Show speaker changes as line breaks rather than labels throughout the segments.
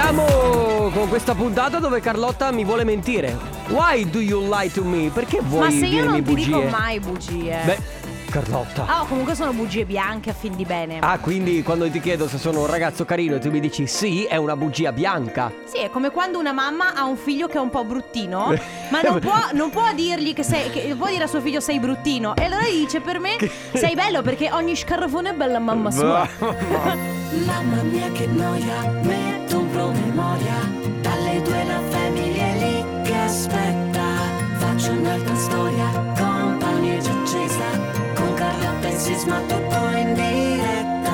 Partiamo con questa puntata dove Carlotta mi vuole mentire. Why do you lie to me? Perché vuoi
Ma se io
dirmi
non ti
bugie?
dico mai eh. bugie.
Beh, Carlotta.
Ah, comunque sono bugie bianche a fin di bene.
Ah, quindi quando ti chiedo se sono un ragazzo carino e tu mi dici sì, è una bugia bianca.
Sì, è come quando una mamma ha un figlio che è un po' bruttino, ma non può, non può dirgli che sei. Che può dire a suo figlio sei bruttino. E allora gli dice per me sei bello perché ogni scarrafone è bella mamma sua.
Mamma mia che noia, metto un promemoria Dalle due la famiglia è lì che aspetta Faccio un'altra storia, compagnia già accesa Con Carlotta e Sisma tutto in diretta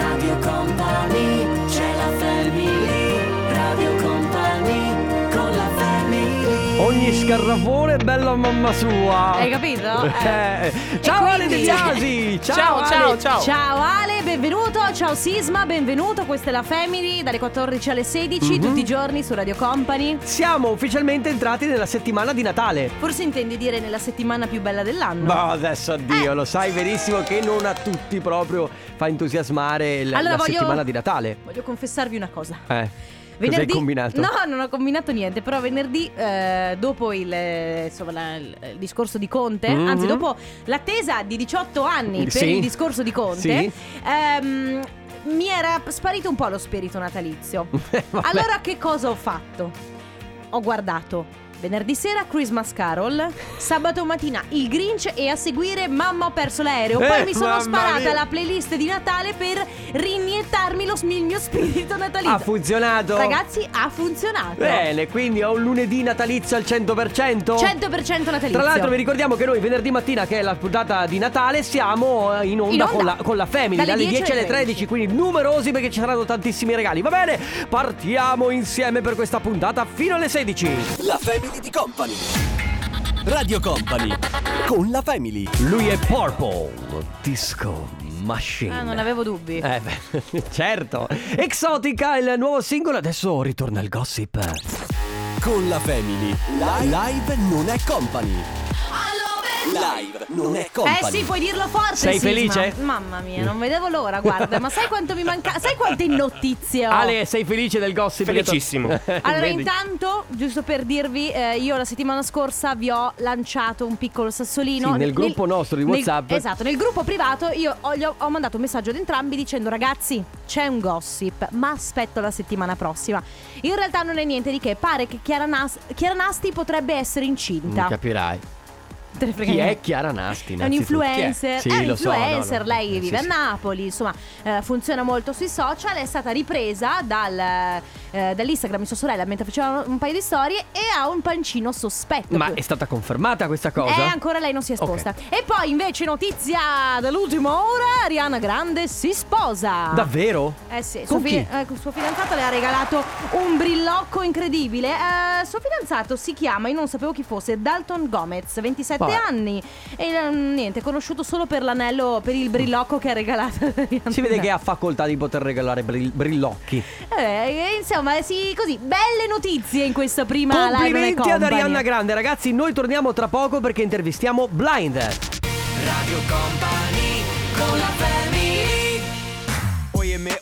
Radio Company, c'è la family Radio Company, con la family
Ogni scarrafone è bella mamma sua.
Hai capito?
Eh. Ciao
E
Ale De
quindi-
Biasi. Ciao,
Ciao,
Ale.
ciao, ciao.
Ciao Ale, benvenuto. Ciao Sisma, benvenuto. Questa è la Family dalle 14 alle 16
Mhm.
tutti i giorni su Radio Company.
Siamo ufficialmente entrati nella settimana di Natale.
Forse intendi dire nella settimana più bella dell'anno.
Ma adesso
Eh.
addio, lo sai benissimo che non a tutti proprio fa entusiasmare il-
Allora
la
voglio-
settimana di Natale.
Voglio confessarvi una cosa.
Eh. Cosa hai combinato?
No, non ho combinato niente, però venerdì eh, dopo il, eh, insomma, la- il il discorso di Conte,
Mhm.
anzi dopo l'attesa di 18 anni per
Mm, Sì.
il discorso di Conte,
Sì.
ehm, mi era sparito un po' lo spirito natalizio.
Eh, Vabbè.
allora che cosa ho fatto? Ho guardato venerdì sera Christmas Carol, sabato mattina il Grinch e a seguire Mamma ho perso l'aereo. Poi
Eh,
mi sono
mamma
sparata
mia.
la playlist di Natale per riniettarmi lo, sm- il mio spirito natalizio.
Ha funzionato.
Ragazzi, ha funzionato.
Bene, quindi ho un lunedì natalizio al 100%.
100% natalizio.
Tra l'altro vi ricordiamo che noi venerdì mattina, che è la puntata di Natale, siamo eh, in onda,
In onda.
Con, la, con la Family
Dalle
dalle 10,
10
alle
alle
13, quindi numerosi perché ci saranno tantissimi regali. Va bene, partiamo insieme per questa puntata fino alle 16.
La Family di Company. Radio Company. Con la Family.
Lui è Purple Disco Machine.
Ah, non avevo dubbi.
Eh beh, certo. Exotica, il nuovo singolo, adesso ritorna il gossip.
Con la Family. Live, non è company. Live non è company.
Eh sì, puoi dirlo forte.
Sei
Sisma.
felice?
Mamma mia, non vedevo l'ora, guarda. Ma sai quanto mi manca. Sai quante notizie ho?
Ale, sei felice del gossip?
Felicissimo.
Allora,
Eh, Vedi?
intanto, giusto per dirvi, eh, io la settimana scorsa vi ho lanciato un piccolo sassolino.
Sì, nel gruppo nostro di
nel-
WhatsApp.
esatto, nel gruppo privato io ho, gli ho- ho mandato un messaggio ad entrambi dicendo ragazzi c'è un gossip, ma aspetto la settimana prossima. In realtà non è niente di che, pare che Chiara, Nas- Chiara Nasti potrebbe essere incinta.
Mm, Capirai.
Te ne frega
Chi
niente.
è Chiara Nasti?
È un
innanzitutto?
influencer,
Chi
è
Sì,
un
lo so, no, no.
influencer, lei
Sì,
vive
sì.
a Napoli, insomma eh, funziona molto sui social, è stata ripresa dal, eh, dall'Instagram di sua sorella mentre faceva un paio di storie e ha un pancino sospetto.
Ma è stata confermata questa cosa?
Eh, ancora lei non si è esposta. E poi invece notizia dall'ultima ora, Ariana Grande si sposa.
Davvero?
Eh sì,
Con
suo,
chi?
fi- eh, suo fidanzato le ha regalato un brillocco incredibile. Eh, suo fidanzato si chiama, io non sapevo chi fosse, Dalton Gomez, 27
Vabbè.
anni. E eh, niente, è conosciuto solo per l'anello, per il brillocco che ha regalato.
Si vede che ha facoltà di poter regalare brill- brillocchi.
Eh, insomma, sì, così, belle notizie in questa prima live. nelle
Complimenti ad
company.
Arianna Grande, ragazzi. Noi torniamo tra poco perché intervistiamo Blind.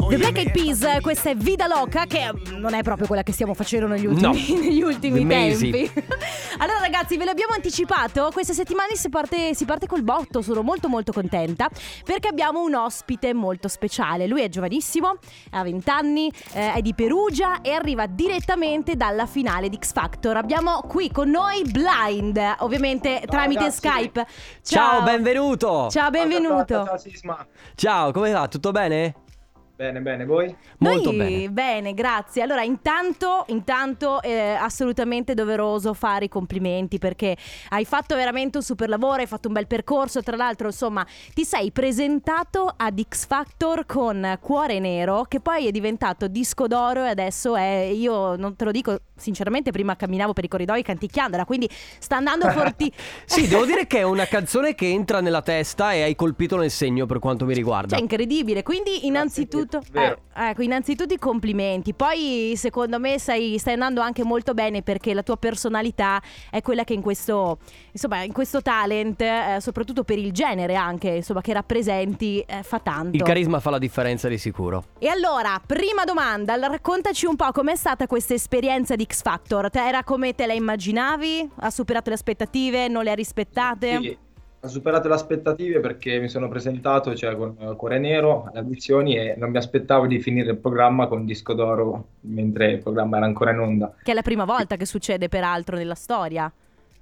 The Black Eyed Peas, eh, questa è Vida Loca, che eh, non è proprio quella che stiamo facendo negli ultimi,
No.
negli ultimi
Mesi.
tempi. allora, ragazzi, ve l'abbiamo anticipato. Queste settimane si parte, si parte col botto. Sono molto, molto contenta perché abbiamo un ospite molto speciale. Lui è giovanissimo, ha 20 anni, eh, è di Perugia e arriva direttamente dalla finale di X Factor. Abbiamo qui con noi Blind, ovviamente tramite Skype.
Ciao, benvenuto.
Ciao, benvenuto.
Ciao, ciao, Sisma.
Ciao, come va? Tutto bene?
Bene, bene, voi?
Molto
Noi-
bene.
grazie. Allora, intanto, intanto è assolutamente doveroso fare i complimenti perché hai fatto veramente un super lavoro, hai fatto un bel percorso. Tra l'altro, insomma, ti sei presentato ad X Factor con Cuore Nero, che poi è diventato disco d'oro e adesso è, io non te lo dico sinceramente, prima camminavo per i corridoi canticchiandola, quindi sta andando forti.
Sì, devo dire che è una canzone che entra nella testa e hai colpito nel segno per quanto mi riguarda.
Cioè, incredibile. Quindi, innanzitutto, innanzitutto,
vero.
eh, ecco, innanzitutto i complimenti. Poi, secondo me, stai, stai andando anche molto bene perché la tua personalità è quella che in questo, insomma, in questo talent, eh, soprattutto per il genere anche, insomma, che rappresenti, eh, fa tanto.
Il carisma fa la differenza di sicuro.
e allora, prima domanda, allora, raccontaci un po' com'è stata questa esperienza di X Factor. Te- Era come te la immaginavi? Ha superato le aspettative? Non le ha rispettate?
Sì, ha superato le aspettative perché mi sono presentato cioè, con eh, Cuore Nero alle audizioni e non mi aspettavo di finire il programma con Disco d'Oro mentre il programma era ancora in onda.
Che è la prima volta che succede, peraltro, nella storia.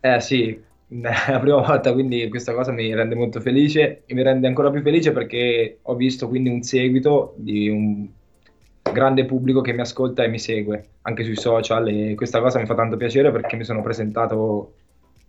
Eh sì, è la prima volta, quindi questa cosa mi rende molto felice e mi rende ancora più felice perché ho visto quindi un seguito di un grande pubblico che mi ascolta e mi segue anche sui social e questa cosa mi fa tanto piacere perché mi sono presentato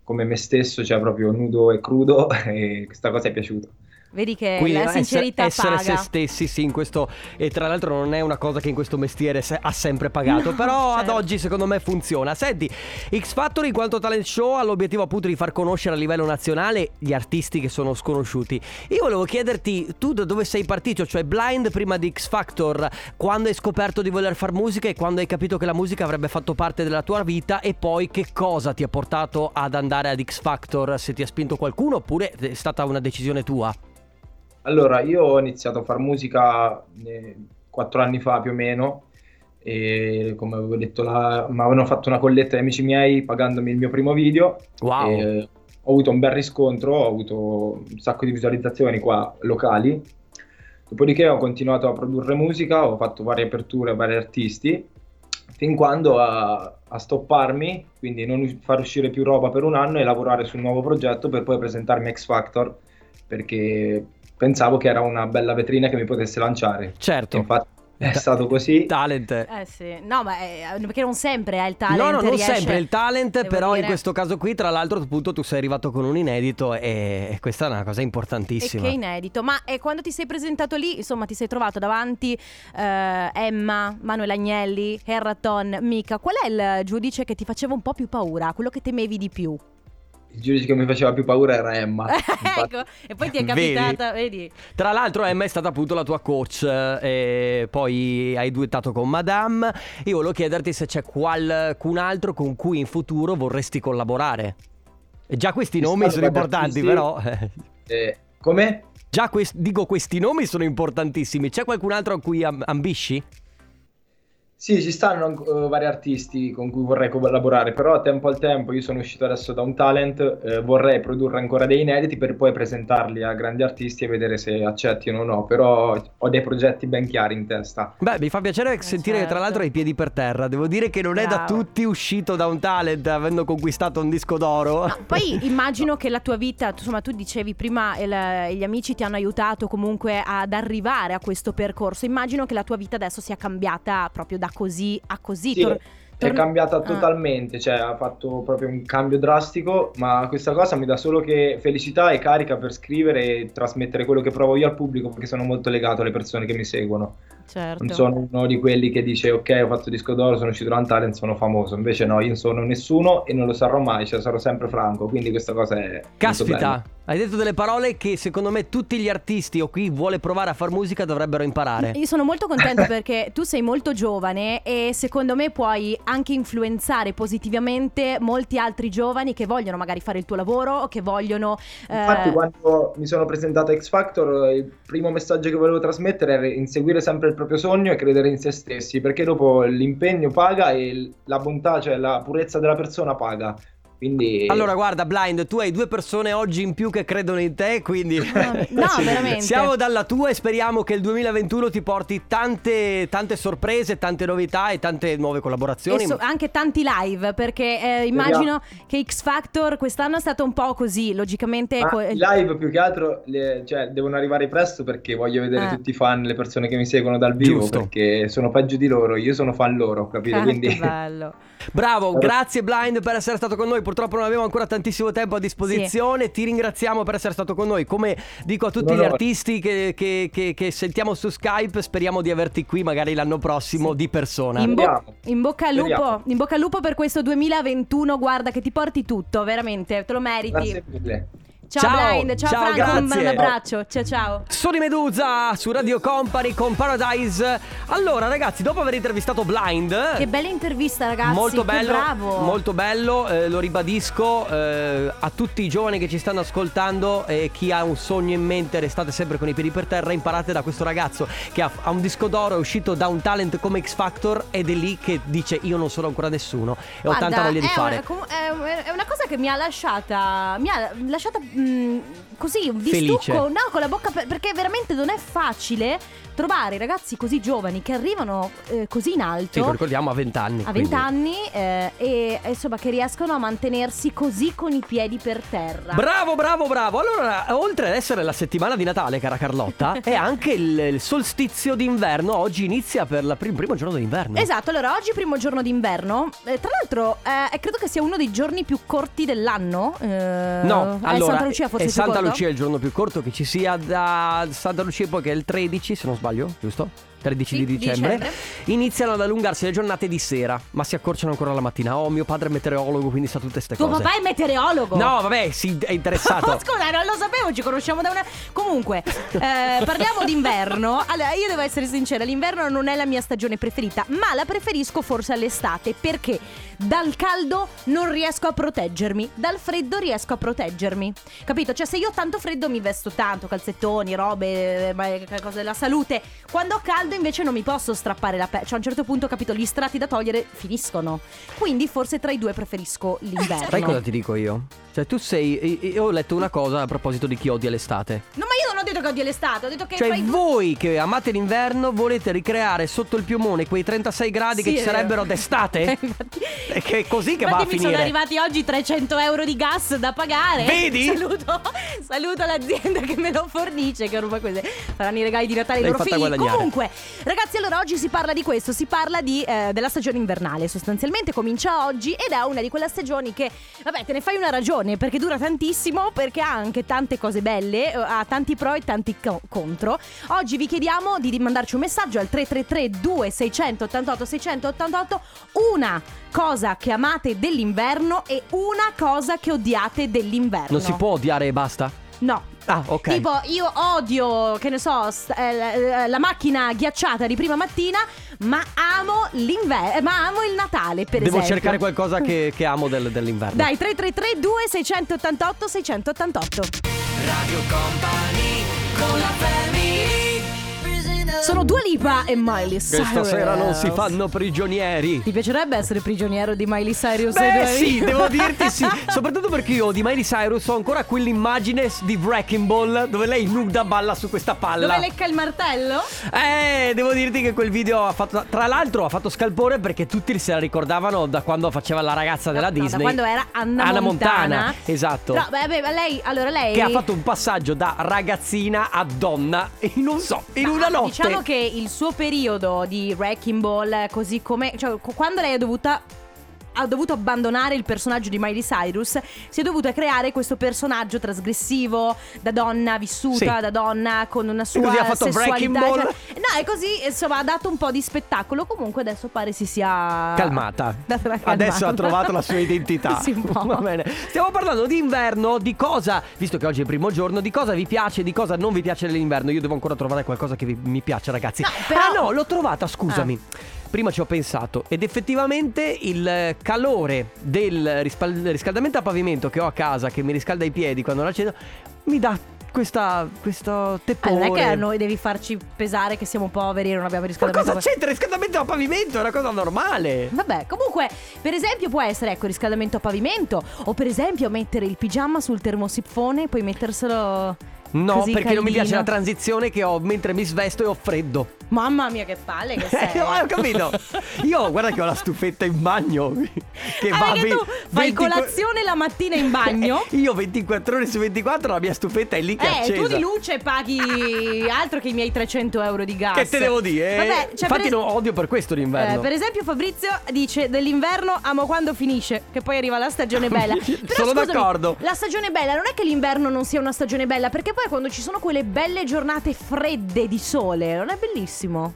come me stesso, cioè proprio nudo e crudo e questa cosa è piaciuta.
Vedi che
Quindi
la
no, ess-
sincerità
essere,
paga.
se stessi, sì, in questo. E tra l'altro non è una cosa che in questo mestiere se- ha sempre pagato.
No,
però ad
certo.
oggi secondo me funziona. Senti, X Factor in quanto talent show ha l'obiettivo appunto di far conoscere a livello nazionale gli artisti che sono sconosciuti. Io volevo chiederti tu da dove sei partito, cioè blind prima di X Factor, quando hai scoperto di voler fare musica e quando hai capito che la musica avrebbe fatto parte della tua vita e poi che cosa ti ha portato ad andare ad X Factor, se ti ha spinto qualcuno oppure è stata una decisione tua?
Allora, io ho iniziato a far musica eh, quattro anni fa più o meno, e come avevo detto, la- mi avevano fatto una colletta gli amici miei pagandomi il mio primo video.
Wow.
E eh, ho avuto un bel riscontro, ho avuto un sacco di visualizzazioni qua locali. Dopodiché ho continuato a produrre musica, ho fatto varie aperture a vari artisti, fin quando a, a stopparmi, quindi non us- far uscire più roba per un anno e lavorare sul nuovo progetto per poi presentarmi a X Factor, perché pensavo che era una bella vetrina che mi potesse lanciare.
Certo.
Infatti è
Ta-
stato così.
Talent.
Eh sì, no, ma è- perché non sempre è il talent.
No, no, non
riesce-
sempre il talent,
devo
però in
dire.
questo caso qui, tra l'altro, appunto, tu sei arrivato con un inedito e, e questa è una cosa
E che
importantissima.
è inedito. Ma eh, quando ti sei presentato lì, insomma, ti sei trovato davanti eh, Emma, Manuel Agnelli, Herraton, Mika. Qual è il giudice che ti faceva un po' più paura? Quello che temevi di più?
Il giudice che mi faceva più paura era Emma. Infatti-
ecco, e poi ti è
Vedi?
capitata, vedi?
Tra l'altro, Emma è stata appunto la tua coach, eh, e poi hai duettato con Madame. Io volevo chiederti se c'è qualcun altro con cui in futuro vorresti collaborare. E già questi
Ci
nomi
stanno
sono
vari
importanti,
artisti.
però.
Eh, come?
Già quest- dico, questi nomi sono importantissimi. C'è qualcun altro a cui am- ambisci?
Sì, ci stanno eh, vari artisti con cui vorrei collaborare, però a tempo al tempo io sono uscito adesso da un talent, eh, vorrei produrre ancora dei inediti per poi presentarli a grandi artisti e vedere se accettino o no, però ho dei progetti ben chiari in testa.
Beh, mi fa piacere sentire che tra
certo.
l'altro hai i piedi per terra. Devo dire che non è da
Bravo.
tutti uscito da un talent avendo conquistato un disco d'oro.
No, poi immagino che la tua vita, tu- insomma, tu dicevi prima il- gli amici ti hanno aiutato comunque ad arrivare a questo percorso. Immagino che la tua vita adesso sia cambiata proprio da così a così.
Sì,
Tor-
È
torn-
cambiata
Ah.
totalmente, cioè ha fatto proprio un cambio drastico, ma questa cosa mi dà solo che felicità e carica per scrivere e trasmettere quello che provo io al pubblico perché sono molto legato alle persone che mi seguono.
Certo.
Non sono uno di quelli che dice ok ho fatto disco d'oro, sono uscito da un talent, sono famoso. Invece no, io non sono nessuno e non lo sarò mai, cioè sarò sempre franco. Quindi questa cosa è... molto
Caspita,
bella.
hai detto delle parole che secondo me tutti gli artisti o chi vuole provare a far musica dovrebbero imparare.
Io sono molto contenta perché tu sei molto giovane e secondo me puoi anche influenzare positivamente molti altri giovani che vogliono magari fare il tuo lavoro o che vogliono... eh,
Infatti quando mi sono presentato a X Factor il primo messaggio che volevo trasmettere era inseguire sempre il proprio sogno e credere in se stessi, perché dopo l'impegno paga e l- la bontà, cioè la purezza della persona paga. Quindi...
Allora, guarda, Blind, tu hai due persone oggi in più che credono in te, quindi.
No, veramente.
Siamo dalla tua e speriamo che il 2021 ti porti tante, tante sorprese, tante novità e tante nuove collaborazioni.
E so- anche tanti live perché eh, immagino che X Factor quest'anno è stato un po' così, logicamente...
Ma
Eh, co-
i live più che altro le- cioè, devono arrivare presto perché voglio vedere
Ah.
tutti i fan, le persone che mi seguono dal vivo
Giusto.
perché sono peggio di loro, io sono fan loro, capito?
Ah,
Quindi
che bello.
Bravo, grazie Blind per essere stato con noi. Purtroppo non abbiamo ancora tantissimo tempo a disposizione. Ti ringraziamo per essere stato con noi. Come dico a tutti
No,
gli
no.
artisti che, che- che- che sentiamo su Skype, speriamo di averti qui magari l'anno prossimo di persona.
In, bo-
Speriamo.
in bocca al lupo,
Speriamo.
in bocca al lupo per questo 2021, guarda che ti porti tutto, veramente, te lo meriti.
grazie mille.
Ciao,
Ciao,
Blind, ciao,
ciao,
Franco, un
grazie.
bel abbraccio. Ciao ciao.
Sono i Medusa su Radio Company con Paradise. Allora, ragazzi, dopo aver intervistato Blind,
Che bella intervista, ragazzi.
Eh. molto
che
bello,
bravo.
molto bello, eh, lo ribadisco eh, a tutti i giovani che ci stanno ascoltando e chi ha un sogno in mente, restate sempre con i piedi per terra, imparate da questo ragazzo che ha, ha un disco d'oro, è uscito da un talent come X Factor ed è lì che dice io non sono ancora nessuno e ho
Guarda,
tanta voglia di
è
fare.
Una, com- è un- è una cosa che mi ha lasciata. Mi ha lasciata mm, così di
Felice.
stucco. No, con la bocca. per- perché veramente non è facile trovare ragazzi così giovani che arrivano eh, così in
Sì,
alto.
lo ricordiamo a 20 anni.
a
quindi.
20 anni eh, e e insomma che riescono a mantenersi così con i piedi per terra.
Bravo, bravo, bravo. Allora, oltre ad essere la settimana di Natale, cara Carlotta, è anche il, il solstizio d'inverno. Oggi inizia per la- per il primo giorno dell'inverno.
Esatto, allora oggi primo giorno d'inverno. Eh, tra l'altro, eh, credo che sia uno dei giorni più corti dell'anno. Eh,
No,
è
allora,
Santa Lucia forse
è
più
Santa
corto?
Lucia il giorno più corto che ci sia da Santa Lucia poi che è il 13, se non sbaglio, giusto? 13
Sì,
di dicembre. Iniziano ad allungarsi le giornate di sera, ma si accorciano ancora la mattina. Oh, mio padre è meteorologo, quindi sa tutte queste
Tuo
cose.
papà è meteoreologo.
No, vabbè, si è interessato.
Scusa, non lo sapevo, ci conosciamo da una. Comunque, eh, parliamo d'inverno. Allora, io devo essere sincera: l'inverno non è la mia stagione preferita, ma la preferisco forse all'estate perché dal caldo non riesco a proteggermi, dal freddo riesco a proteggermi. Capito? Cioè, se io ho tanto freddo mi vesto tanto, calzettoni, robe, eh, ma- eh, cose della salute. Quando ho caldo invece non mi posso strappare la pelle. Cioè, a un certo punto, capito, gli strati da togliere finiscono. Quindi, forse tra i due preferisco l'inverno.
Sai cosa ti dico io? Cioè, tu sei. Io io ho letto una cosa a proposito di chi odia l'estate.
No, ma io non ho detto che odio l'estate, ho detto che
Cioè
fai due-
voi che amate l'inverno volete ricreare sotto il piumone quei 36 gradi
Sì,
che ci
è vero.
sarebbero d'estate?
Infatti-
E che è così che va a
Infatti mi
finire.
sono arrivati oggi 300 euro di gas da pagare.
Vedi?
Saluto, saluto l'azienda che me lo fornisce, che roba queste. Faranno i regali di Natale ai
L'hai
loro
fatta
figli.
guadagnare.
Comunque, ragazzi, allora oggi si parla di questo, si parla di, eh, della stagione invernale. Sostanzialmente comincia oggi ed è una di quelle stagioni che, vabbè, te ne fai una ragione perché dura tantissimo, perché ha anche tante cose belle, eh, ha tanti pro e tanti co- contro. Oggi vi chiediamo di di mandarci un messaggio al 333 2688 688 una cosa che amate dell'inverno e una cosa che odiate dell'inverno.
Non si può odiare e basta?
No.
Ah, ok.
Tipo, io odio, che ne so, st- eh, la- la macchina ghiacciata di prima mattina, ma amo l'inverno, ma amo il Natale, per
Devo
esempio.
cercare qualcosa che, che amo del- dell'inverno.
Dai, 333 2688 688. Sono Dua Lipa e
Che
Miley Cyrus.
stasera non si fanno prigionieri.
Ti piacerebbe essere prigioniero di Miley Cyrus? e
Beh
Dua
sì,
Lipa?
devo dirti sì Soprattutto perché io di Miley Cyrus ho ancora quell'immagine di Wrecking Ball Dove lei nuda balla su questa palla
Dove lecca il martello?
Eh, devo dirti che quel video ha fatto. Tra l'altro, ha fatto scalpore perché tutti se la ricordavano da quando faceva la ragazza della
No, no, da
Disney.
quando era Anna
Montana.
Montana. eh,
esatto.
No, beh, beh, ma lei, allora lei...
che ha fatto un passaggio da ragazzina a donna in un so, in una
Ma
notte.
Diciamo che il suo periodo di Wrecking Ball, così come. cioè, co- quando lei è dovuta. Ha dovuto abbandonare il personaggio di Miley Cyrus. Si è dovuta creare questo personaggio trasgressivo, da donna vissuta,
Sì.
da donna con una sua
così ha fatto Wrecking
sessualità.
Ball.
cioè- no, è così, insomma, ha dato un po' di spettacolo. Comunque adesso pare si sia
Calmata.
Data una calmata.
Adesso ha trovato la sua identità.
sì, un po'.
Va bene. Stiamo parlando di inverno, di cosa, visto che oggi è il primo giorno, di cosa vi piace, di cosa non vi piace dell'inverno. Io devo ancora trovare qualcosa che vi- mi piace, ragazzi.
No, però- Ah.
Ah no, l'ho trovata, scusami. Prima ci ho pensato ed effettivamente il calore del rispal- riscaldamento a pavimento che ho a casa, che mi riscalda i piedi quando lo accendo, mi dà questa, questo
Eh,
tepore.
non è che a noi devi farci pesare che siamo poveri e non abbiamo
Ma
riscaldamento.
cosa c'entra il riscaldamento a pavimento? È una cosa normale.
Vabbè, comunque, per esempio può essere ecco riscaldamento a pavimento o per esempio mettere il pigiama sul termosifone e poi metterselo
No,
così
perché non mi piace
caldino.
la transizione che ho mentre mi svesto e ho freddo.
Mamma mia che palle che sei.
Eh, ho capito. Io guarda che ho la stufetta in bagno che
Ah,
va
perché
ben-
tu fai
24
colazione la mattina in bagno?
Eh, Io 24 ore su 24 la mia stufetta è lì che è
Eh,
accesa.
tu di luce paghi altro che i miei 300 euro di gas.
Che te devo dire? eh?
Vabbè, cioè,
Infatti
per es-
non odio per questo l'inverno.
Eh, per esempio Fabrizio dice dell'inverno amo quando finisce, che poi arriva la stagione bella. Però
Sono
scusami,
d'accordo.
La stagione bella non è che l'inverno non sia una stagione bella, perché poi quando ci sono quelle belle giornate fredde di sole, non è bellissimo? È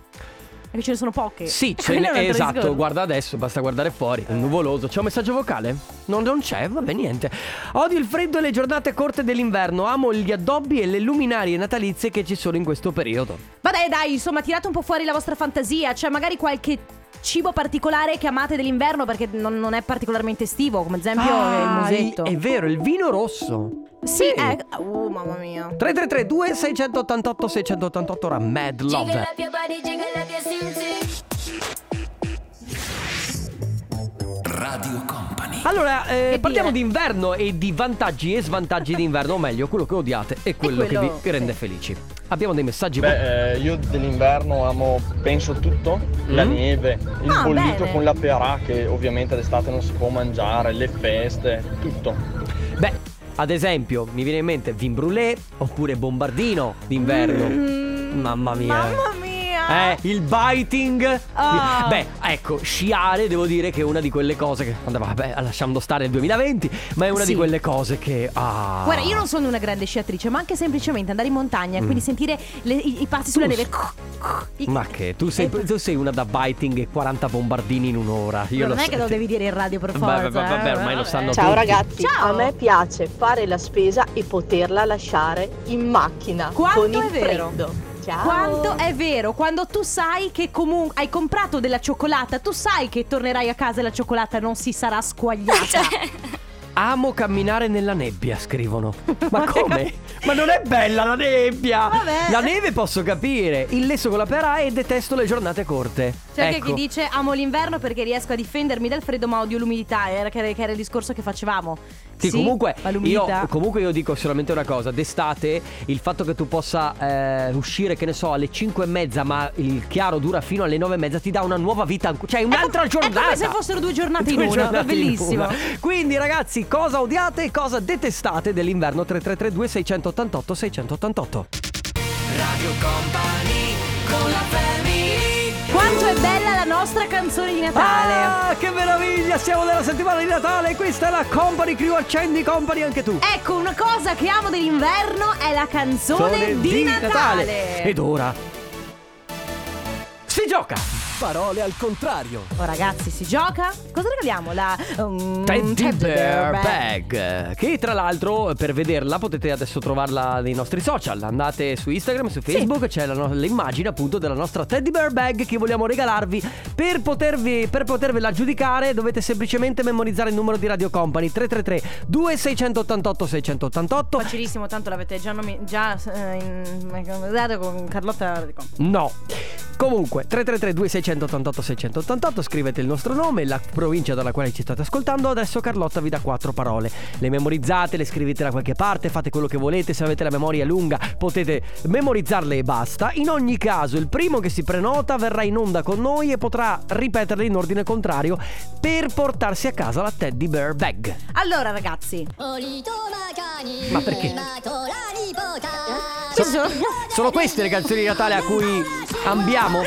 Perché ce ne sono poche.
Sì, ce
Quello
n'è-
è un altro
esatto,
discorso.
guarda adesso, basta guardare fuori,
Eh.
è nuvoloso. C'è un messaggio vocale? Non, non c'è, vabbè, niente. Odio il freddo e le giornate corte dell'inverno, amo gli addobbi e le luminarie natalizie che ci sono in questo periodo.
Vabbè, dai, insomma, tirate un po' fuori la vostra fantasia. Cioè, magari qualche cibo particolare che amate dell'inverno perché non, non è particolarmente estivo, come ad esempio eh, il
Ah,
musetto.
È vero, il vino rosso.
Sì, eh, uh, mamma mia.
333 2688 688 ora Mad Love.
Radio Company.
Allora, eh,
Che
parliamo
dire?
di inverno e di vantaggi e svantaggi di inverno, o meglio, quello che odiate e quello, che
quello-
vi rende
sì.
felici. Abbiamo dei messaggi.
Beh, eh, io dell'inverno amo, penso tutto, la
Mm.
neve, il
Ah,
bollito
bene.
con la perà che ovviamente d'estate non si può mangiare, le feste, tutto.
Beh, ad esempio, mi viene in mente vin brûlé oppure bombardino d'inverno.
Mm,
Mamma mia.
Mamma mia.
Eh, il biting.
Ah.
Beh, ecco, sciare devo dire che è una di quelle cose che. Vabbè, lasciamo stare il 2020, ma è una
Sì.
di quelle cose che. Ah.
Guarda, io non sono una grande sciatrice, ma anche semplicemente andare in montagna e quindi sentire le- i, i passi sulla
Tu
neve. I-
Ma che? Tu sei,
Eh,
tu sei una da biting e 40 bombardini in un'ora. Io
non
lo
è
so.
che lo devi dire in radio per
Beh,
forza.
beh, beh,
eh,
vabbè, ormai lo sanno
Ciao
tutti.
ragazzi,
Ciao.
a me piace fare la spesa e poterla lasciare in macchina
Quanto
con il
è vero?
freddo. Ciao.
Quanto è vero, quando tu sai che comunque hai comprato della cioccolata, tu sai che tornerai a casa e la cioccolata non si sarà squagliata.
Amo camminare nella nebbia, scrivono. Ma come? Ma non è bella la nebbia!
Vabbè.
La neve posso capire. Il lesso con la pera e detesto le giornate corte.
C'è anche
ecco.
Cioè, chi dice amo l'inverno perché riesco a difendermi dal freddo ma odio l'umidità, era- che era che era il discorso che facevamo.
Sì, comunque
ma l'umidità.
io, comunque io dico solamente una cosa, d'estate il fatto che tu possa eh, uscire, che ne so, alle 5 e mezza ma il chiaro dura fino alle 9 e mezza ti dà una nuova vita, anco- cioè
È com-
un'altra giornata.
È Ecco, come se fossero due giornate in
Due
una,
giornate in
bellissimo.
una. Quindi ragazzi, cosa odiate e cosa detestate dell'inverno 3332 688 688? Radio Company con la
Quanto è bella la nostra canzone di Natale.
Ah, che meraviglia! Siamo nella settimana di Natale, questa è la Company Crew, accendi Company anche tu.
Ecco, una cosa che amo dell'inverno è la canzone di, Natale.
Ed ora si gioca.
Parole al contrario.
Oh, ragazzi, si gioca? Cosa regaliamo? La um,
Teddy Bear
bag.
Bag. Che tra l'altro per vederla potete adesso trovarla nei nostri social. Andate su Instagram, su Facebook, c'è la no- l'immagine appunto della nostra Teddy Bear Bag che vogliamo regalarvi. Per, potervi, per potervela giudicare dovete semplicemente memorizzare il numero di Radio Company 333 2688 688.
Facilissimo, tanto l'avete già, nomi- già eh, in- con Carlotta. dico.
No. Comunque, 333-2688-688, scrivete il nostro nome, la provincia dalla quale ci state ascoltando. Adesso Carlotta vi dà quattro parole. Le memorizzate, le scrivete da qualche parte, fate quello che volete. Se avete la memoria lunga, potete memorizzarle e basta. In ogni caso, il primo che si prenota verrà in onda con noi e potrà ripeterle in ordine contrario per portarsi a casa la Teddy Bear Bag.
Allora, ragazzi,
Ma perché?
ci sono.
Sono queste le canzoni di Natale a cui ambiamo?
No,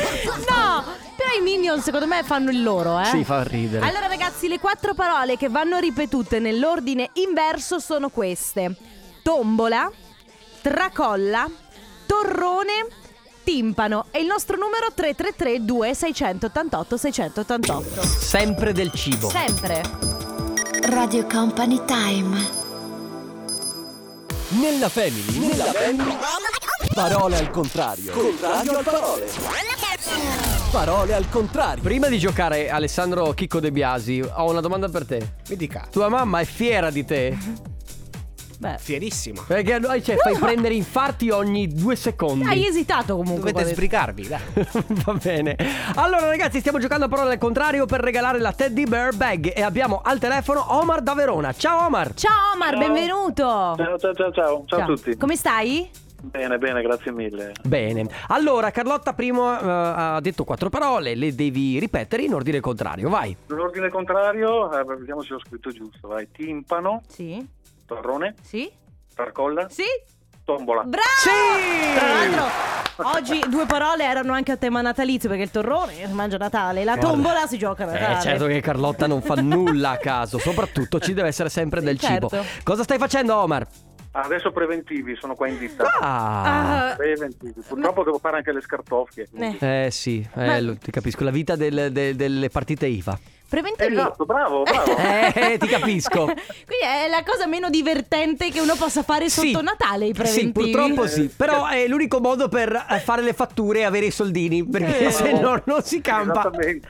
però i Minions secondo me fanno il loro, eh.
Sì, fa ridere.
Allora ragazzi, le quattro parole che vanno ripetute nell'ordine inverso sono queste. Tombola, tracolla, torrone, timpano e il nostro numero 333 2688 688.
Sempre del cibo.
Sempre.
Radio Company Time.
Nella Family. Nella Family. Parole al contrario. Contrario al parole. Parole al contrario.
Prima di giocare Alessandro Chicco De Biasi, ho una domanda per te.
Mi dica,
Tua mamma è fiera di te?
Beh.
fierissima.
Perché a noi cioè, fai prendere infarti ogni due secondi.
Hai esitato comunque.
Dovete
quando-
sbrigarvi, dai.
Va bene. Allora, ragazzi, stiamo giocando a parole al contrario per regalare la Teddy Bear Bag. E abbiamo al telefono Omar da Verona. Ciao Omar!
Ciao Omar, benvenuto.
Ciao, ciao, ciao, ciao, ciao a tutti.
Come stai?
Bene, bene, grazie mille.
Bene. Allora, Carlotta prima eh, ha detto quattro parole, le devi ripetere in ordine contrario, vai.
L'ordine contrario, eh, vediamo se ho scritto giusto, vai. Timpano,
Sì.
torrone,
Sì.
tarcolla,
Sì.
tombola.
Bravo!
Sì!
Tra l'altro, oggi due parole erano anche a tema natalizio perché il torrone si mangia a Natale, la
Guarda.
tombola si gioca a Natale.
Eh, certo che Carlotta non fa nulla a caso, soprattutto ci deve essere sempre
Sì,
del
certo.
cibo. Cosa stai facendo, Omar?
Adesso preventivi, sono qua in ditta.
Ah.
Ah,
Preventivi. Purtroppo devo fare anche le scartoffie. quindi.
eh,
Eh sì, eh,
Ma-
lo- ti capisco, la vita del- del- delle partite IVA.
preventivi.
Esatto, bravo, bravo.
Eh, ti capisco.
Quindi è la cosa meno divertente che uno possa fare sotto
Sì.
Natale i preventivi.
Sì, purtroppo
Eh,
sì, però è l'unico modo per eh, fare le fatture e avere i soldini, perché
Eh.
se no non si campa.
Esattamente.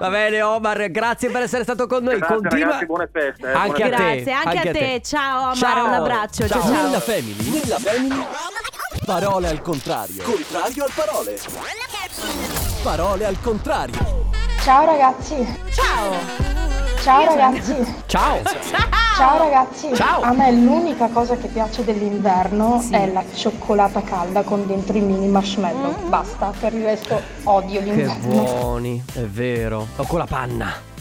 Va bene Omar, grazie per essere stato con noi.
Grazie,
Continua
ragazzi, buone feste, eh,
Anche
buone
a te.
feste. Grazie, anche a te. Ciao, Omar, un abbraccio, ciao, ciao.
Nella family. Nella family. Parole al contrario. Contrario al parole. Parole al contrario.
Ciao ragazzi,
Ciao.
ciao ragazzi,
Ciao.
ciao ragazzi.
Ciao.
A me l'unica cosa che piace dell'inverno è la cioccolata calda con dentro i mini marshmallow.
Mm.
Basta, per il resto odio
Che
l'inverno.
buoni, è vero. O con la panna.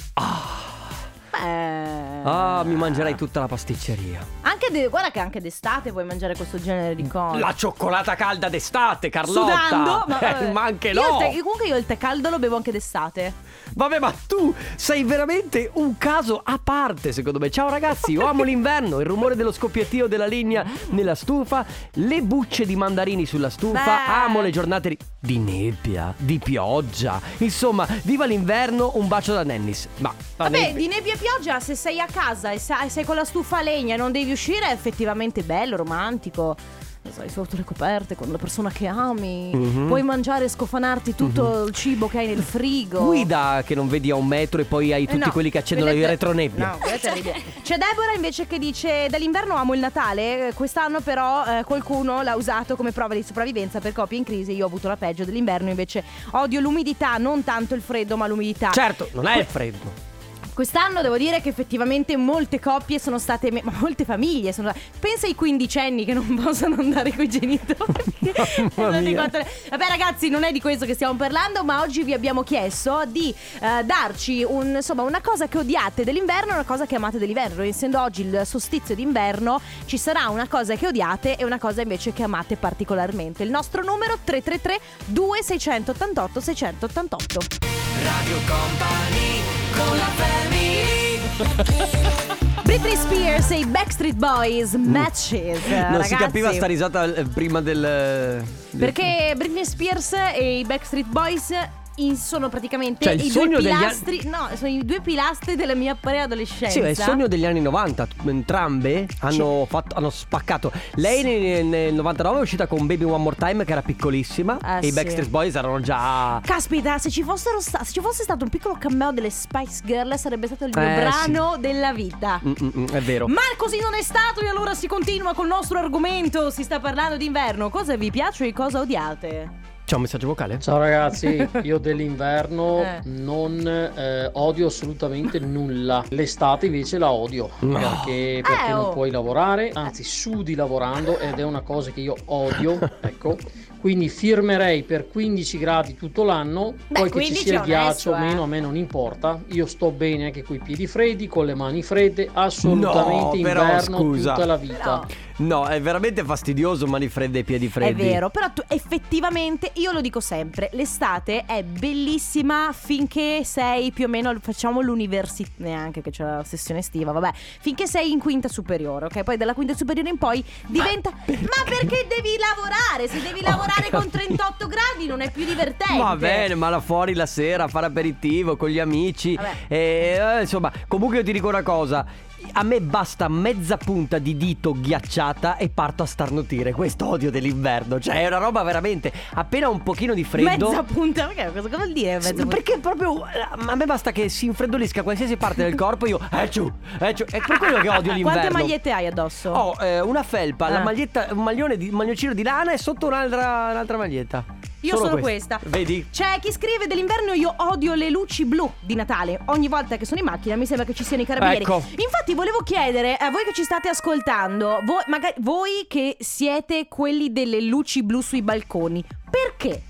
Beh.
Ah, mi mangerai tutta la pasticceria.
Eh, Anche de- guarda che anche d'estate puoi mangiare questo genere di cose.
La cioccolata calda d'estate, Carlotta.
Sudando,
Eh,
vabbè.
ma anche
Io il
no.
tè- comunque io il tè caldo lo bevo anche d'estate.
Vabbè, ma tu sei veramente un caso a parte, secondo me. Ciao ragazzi, io amo l'inverno, il rumore dello scoppiettio della linea nella stufa, le bucce di mandarini sulla stufa,
Beh.
amo le giornate di- di nebbia, di pioggia. Insomma, viva l'inverno, un bacio da Nennis. Ma la
Vabbè,
nebbia-
di nebbia e pioggia, se sei a casa e sa- e sei con la stufa a legna e non devi uscire, è effettivamente bello, romantico. Lo Sai, sotto le coperte con la persona che ami.
Mhm.
Puoi mangiare e scofanarti tutto il cibo che hai nel frigo.
Guida che non vedi a un metro e poi hai
Eh,
tutti
Esatto. no,
quelli che accendono
quella
le
è te-
retronebbie.
No, quella è terribile. C'è Deborah invece che dice: Dall'inverno amo il Natale. eh, Quest'anno, però, eh, qualcuno l'ha usato come prova di sopravvivenza per coppie in crisi. Io ho avuto la peggio dell'inverno. Invece, odio l'umidità, non tanto il freddo, ma l'umidità.
Certo, non è il freddo.
Quest'anno devo dire che effettivamente molte coppie sono state, me- ma molte famiglie sono state. Pensa ai quindicenni che non possono andare coi genitori.
Mamma
Sono di
mia.
quattro- Vabbè, ragazzi, non è di questo che stiamo parlando, ma oggi vi abbiamo chiesto di eh, darci un- insomma, una cosa che odiate dell'inverno e una cosa che amate dell'inverno. Essendo oggi il sostizio d'inverno, ci sarà una cosa che odiate e una cosa invece che amate particolarmente. Il nostro numero 333 2688 688. Britney Spears e i Backstreet Boys
Mm.
Matches.
non si
Eh, ragazzi.
capiva sta risata eh, prima del.
Perché Britney Spears e i Backstreet Boys in- sono praticamente
Cioè, il
i
sogno
due
degli an-
pilastri. No, sono i due pilastri della mia preadolescenza.
Sì, ma è il sogno degli anni 90. Entrambe hanno, fatto- hanno spaccato. Lei nel, nel 99 è uscita con Baby One More Time, che era piccolissima.
Ah,
e i
sì.
Backstreet Boys erano già.
Caspita, se ci, fossero sta- se ci fosse stato un piccolo cameo delle Spice Girl sarebbe stato il mio
Eh,
brano della vita.
Mm, mm, mm, è vero.
Ma così non è stato e allora si continua col nostro argomento, si sta parlando d'inverno, cosa vi piace e cosa odiate?
C'è un messaggio vocale?
Ciao ragazzi, io dell'inverno
Eh.
non eh, odio assolutamente nulla. L'estate invece la odio
No.
perché, perché
oh.
non puoi lavorare, anzi sudi lavorando ed è una cosa che io odio, ecco. Quindi firmerei per 15 gradi tutto l'anno,
Beh,
poi che ci
15
sia il
è onesto,
ghiaccio o
eh.
meno, a me non importa. Io sto bene anche coi piedi freddi, con le mani fredde, assolutamente
No, però,
inverno
scusa.
tutta
eh.
la vita.
No.
No, è veramente fastidioso mani fredde e piedi freddi.
È vero, però tu, effettivamente io lo dico sempre, l'estate è bellissima finché sei più o meno, facciamo l'università, neanche che c'è la sessione estiva, vabbè, finché sei in quinta superiore, ok? Poi dalla quinta superiore in poi diventa... Ma perché, devi lavorare? Se devi
Ho
lavorare con
capito.
38 gradi non è più divertente.
Va bene, ma là fuori la sera a fare aperitivo con gli amici.
Vabbè.
E, eh, insomma, comunque io ti dico una cosa. A me basta mezza punta di dito ghiacciata e parto a starnutire. Questo odio dell'inverno. Cioè, è una roba veramente. Appena un pochino di freddo.
Mezza punta, perché cosa cosa vuol dire mezza punta?
Perché proprio eh, a me basta che si infreddolisca qualsiasi parte del corpo, io eh ciu, eh, ciu. è per quello che odio l'inverno.
Quante magliette hai addosso?
Ho eh, una felpa, la
Ah.
maglietta, un maglione di, un maglioncino di lana e sotto un'altra, un'altra maglietta.
Io sono questa.
Vedi?
C'è chi scrive dell'inverno io odio le luci blu di Natale. Ogni volta che sono in macchina mi sembra che ci siano i carabinieri.
Ecco.
Infatti volevo chiedere a voi che ci state ascoltando, voi, magari, voi che siete quelli delle luci blu sui balconi, perché?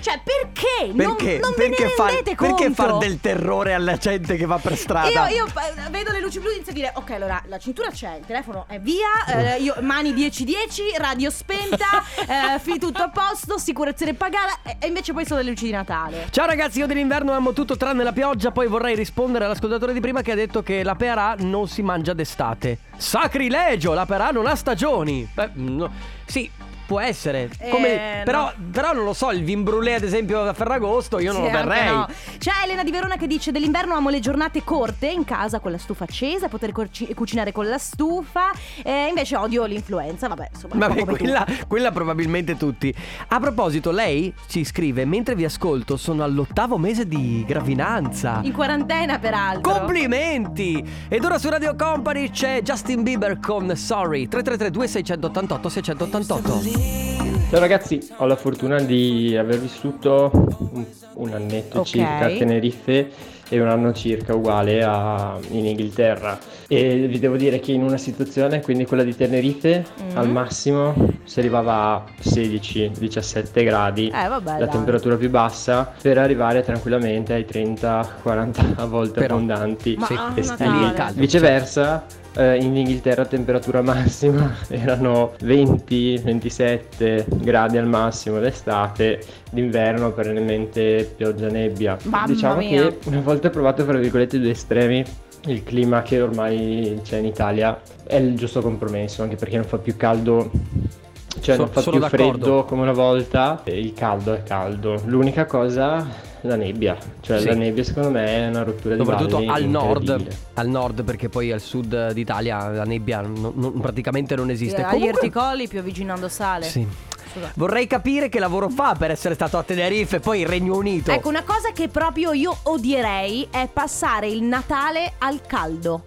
Cioè, perché? Non-
Perché,
non, ve
perché
ne
far,
rendete
perché
conto?
far del terrore alla gente che va per strada?
Io, io, eh, vedo le luci blu e inizio a dire Ok allora la cintura c'è Il telefono è via eh, io- Mani 10-10 Radio spenta eh, fi- Tutto a posto Sicurezza pagata e- E invece poi sono le luci di Natale
Ciao ragazzi, io dell'inverno amo tutto tranne la pioggia, poi vorrei rispondere all'ascoltatore di prima che ha detto che la perà non si mangia d'estate. Sacrilegio, la perà non ha stagioni. Beh, no. Sì, può essere.
Eh,
Come-
no.
però, però non lo so, il vin brûlé ad esempio a Ferragosto io non
Sì,
lo
anche
berrei.
Certo, no. C'è Elena di Verona che dice Dell'inverno amo le giornate corte In casa con la stufa accesa Poter corci- cucinare con la stufa Eh, Invece odio l'influenza Vabbè insomma un po'
Vabbè,
come tu.
quella, quella probabilmente tutti. A proposito, lei ci scrive: Mentre vi ascolto, sono all'ottavo mese di gravidanza.
In quarantena peraltro
Complimenti! Ed ora su Radio Company c'è Justin Bieber con Sorry 3332 688 688
Ciao ragazzi, ho la fortuna di aver vissuto un, un annetto
Ok.
circa a Tenerife e un anno circa uguale a- in Inghilterra. E vi devo dire che in una situazione, quindi quella di Tenerife,
Mm.
al massimo si arrivava a 16-17 gradi,
Eh, vabbè,
la
dai.
temperatura più bassa, per arrivare tranquillamente ai 30-40 volte
Però-
abbondanti
Ma- Sì. ah,
estivi.
Natale. Lì è caldo,
Viceversa, eh, in Inghilterra temperatura massima erano 20-27 gradi al massimo d'estate, d'inverno perennemente pioggia nebbia.
Mamma
diciamo
mia.
che una volta provato fra virgolette i due estremi, il clima che ormai c'è in Italia è il giusto compromesso, anche perché non fa più caldo cioè
So-
non fa
sono
più
d'accordo.
freddo come una volta, e il caldo è caldo. L'unica cosa, la nebbia. Cioè
Sì.
la nebbia secondo me è una rottura di
Soprattutto
balle
al nord,
incredibile.
al nord perché poi al sud d'Italia la nebbia non- non- praticamente non esiste.
Agli
Comunque-
erticolli più avvicinando sale
Sì.
Scusa.
Vorrei capire che lavoro fa per essere stato a Tenerife e poi il Regno Unito.
Ecco, una cosa che proprio io odierei è passare il Natale al caldo.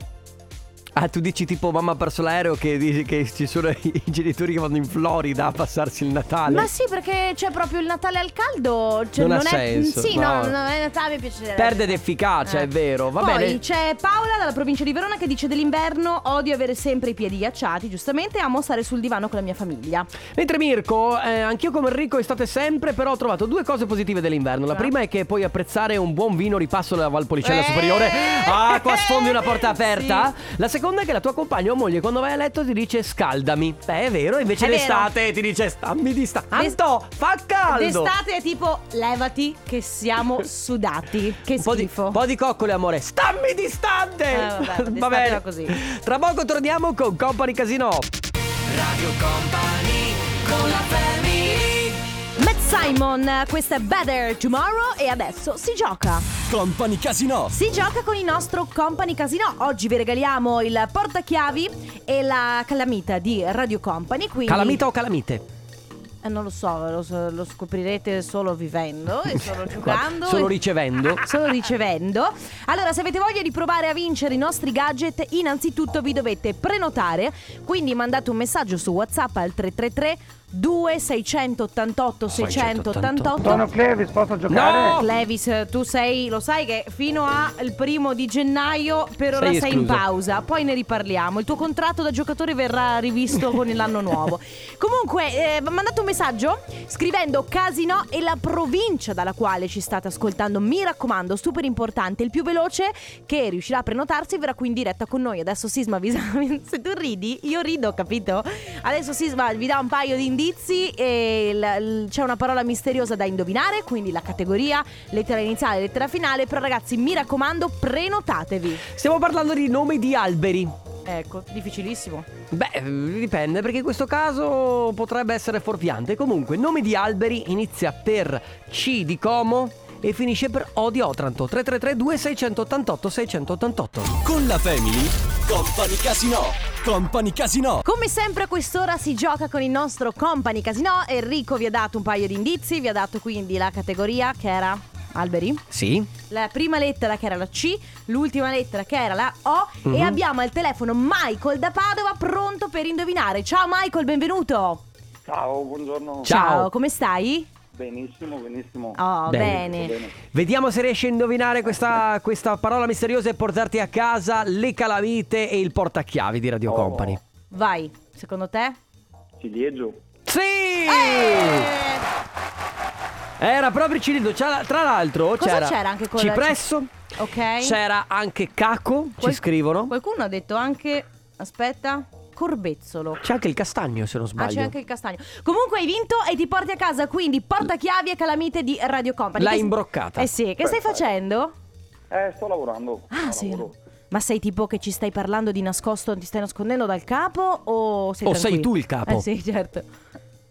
Ah, tu dici tipo mamma ha perso l'aereo che dice che ci sono i genitori che vanno in Florida a passarsi il Natale.
Ma sì, perché c'è proprio il Natale al caldo. Cioè,
Non ha
è...
senso,
Sì,
no.
no, non è Natale, mi piacerebbe.
Perde d'efficacia,
Eh.
è vero. Va
Poi
bene.
c'è Paola dalla provincia di Verona che dice dell'inverno odio avere sempre i piedi ghiacciati, giustamente, amo stare sul divano con la mia famiglia.
Mentre Mirko, eh, anch'io come Enrico estate sempre, però ho trovato due cose positive dell'inverno.
Ah.
La prima è che puoi apprezzare un buon vino ripasso dalla Valpolicella
Eh!
Superiore. Ah, qua sfondi una porta
Sì.
aperta. La seconda è che la tua compagna o moglie quando vai a letto ti dice scaldami. Beh, è vero, invece
È vero.
l'estate ti dice stammi di sta. Anto, fa caldo.
D'estate è tipo levati che siamo sudati. Che
Un po' di,
schifo.
un po' di coccole, amore. Stammi distante!
Eh, vabbè, d'estate
Va bene.
era così.
Tra poco torniamo con Company Casino.
Matt Simon, questa è Better Tomorrow e adesso si gioca.
Company Casino.
Si gioca con il nostro Company Casino. Oggi vi regaliamo il portachiavi e la calamita di Radio Company. Quindi
Calamita o calamite?
Eh, non lo so, lo, so- lo scoprirete solo vivendo e solo Eh, giocando.
Solo
e-
ricevendo.
Solo ricevendo. Allora, se avete voglia di provare a vincere i nostri gadget, innanzitutto vi dovete prenotare. Quindi mandate un messaggio su WhatsApp al 333 2688 688.
Sono Clevis, posso giocare?
No, Levis, tu sei, lo sai che fino al primo di gennaio per ora
Sei
sei, in
escluso.
pausa, poi ne riparliamo. Il tuo contratto da giocatore verrà rivisto con l'anno nuovo. Comunque, eh, mandate un messaggio scrivendo Casino e la provincia dalla quale ci state ascoltando. Mi raccomando, super importante, il più veloce che riuscirà a prenotarsi verrà qui in diretta con noi. Adesso Sisma vi se tu ridi, io rido, capito? Adesso Sisma vi dà un paio di indizi e il- il- c'è una parola misteriosa da indovinare, quindi la categoria, lettera iniziale, lettera finale, però ragazzi, mi raccomando, prenotatevi.
Stiamo parlando di nomi di alberi.
Ecco, difficilissimo.
Beh, eh, dipende, perché in questo caso potrebbe essere fuorviante. Comunque, nome di alberi inizia per C di Como e finisce per O di Otranto. 3332 688 688.
Con la family. Company Casino. Company Casino.
Oh. Come sempre a quest'ora si gioca con il nostro company casino. Enrico vi ha dato un paio di indizi, vi ha dato quindi la categoria che era alberi.
Sì?
La prima lettera che era la C, l'ultima lettera che era la O e
Mhm.
abbiamo al telefono Michael da Padova pronto per indovinare. Ciao Michael, benvenuto.
Ciao, buongiorno.
come stai?
Benissimo, benissimo.
Oh,
Bene.
bene.
Vediamo se riesci a indovinare questa, questa parola misteriosa e portarti a casa le calamite e il portachiavi di
Oh.
Radio Company.
Vai, secondo te?
Ciliegio.
Sì!
Eh!
Era proprio Cirillo. C'era- Tra l'altro
Cosa
c'era,
c'era anche con la-
Cipresso,
Ok.
c'era anche Caco,
Qual-
ci scrivono.
Qualcuno ha detto anche. Aspetta. Corbezzolo.
C'è anche il castagno, se non
Ah,
sbaglio.
c'è anche il castagno. Comunque hai vinto e ti porti a casa quindi portachiavi e calamite di Radio Company.
L'ha
Che-
imbroccata.
Eh sì, che stai
Perfetto.
facendo?
Eh, sto lavorando.
Ah, sì. Ma sei tipo che ci stai parlando di nascosto, ti stai nascondendo dal capo o sei
O sei
tranquillo?
tu il capo.
Eh sì, certo.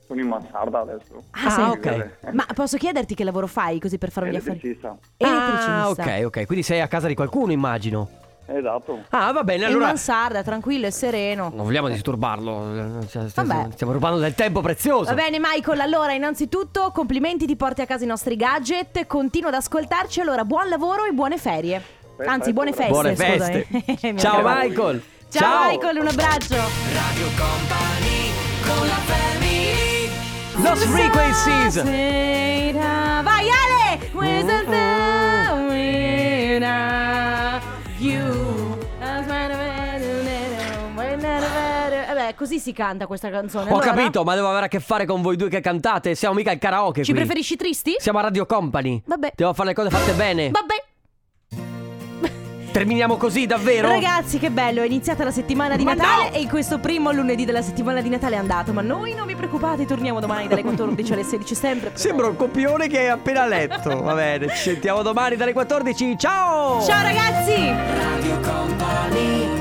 Sono in mansarda adesso.
Ah,
sei-
ok.
Ma posso chiederti che lavoro fai così per fare gli affari?
Elettricista.
Elettricista.
Ah, ok, ok. Quindi sei a casa di qualcuno, immagino.
Esatto.
Ah, va bene, allora.
In mansarda, tranquillo e sereno.
Non vogliamo disturbarlo. eh, cioè, st-
Vabbè.
Stiamo rubando del tempo prezioso.
Va bene Michael, allora innanzitutto complimenti, ti porti a casa i nostri gadget, continua ad ascoltarci, allora buon lavoro e buone ferie. Anzi, buone feste.
Buone
scusami.
feste.
Mi
Ciao,
raccomando.
Michael.
Ciao, Michael, un abbraccio.
Los Frequencies.
Vai Ale! With the sound of you. Vabbè, Eh così si canta questa canzone.
Ho
allora,
capito, ma devo avere a che fare con voi due che cantate. Siamo mica al karaoke.
Ci
qui.
preferisci tristi?
Siamo a Radio Company.
Vabbè.
Devo fare le cose fatte bene.
Vabbè.
Terminiamo così, davvero?
Ragazzi, che bello! È iniziata la settimana di
Ma
Natale e questo primo lunedì della settimana di Natale è andato. Ma noi non vi preoccupate, torniamo domani dalle 14 alle 16 sempre.
Sembra un copione che hai appena letto. Va bene, ci sentiamo domani dalle 14. Ciao!
Ciao ragazzi!
Radio Company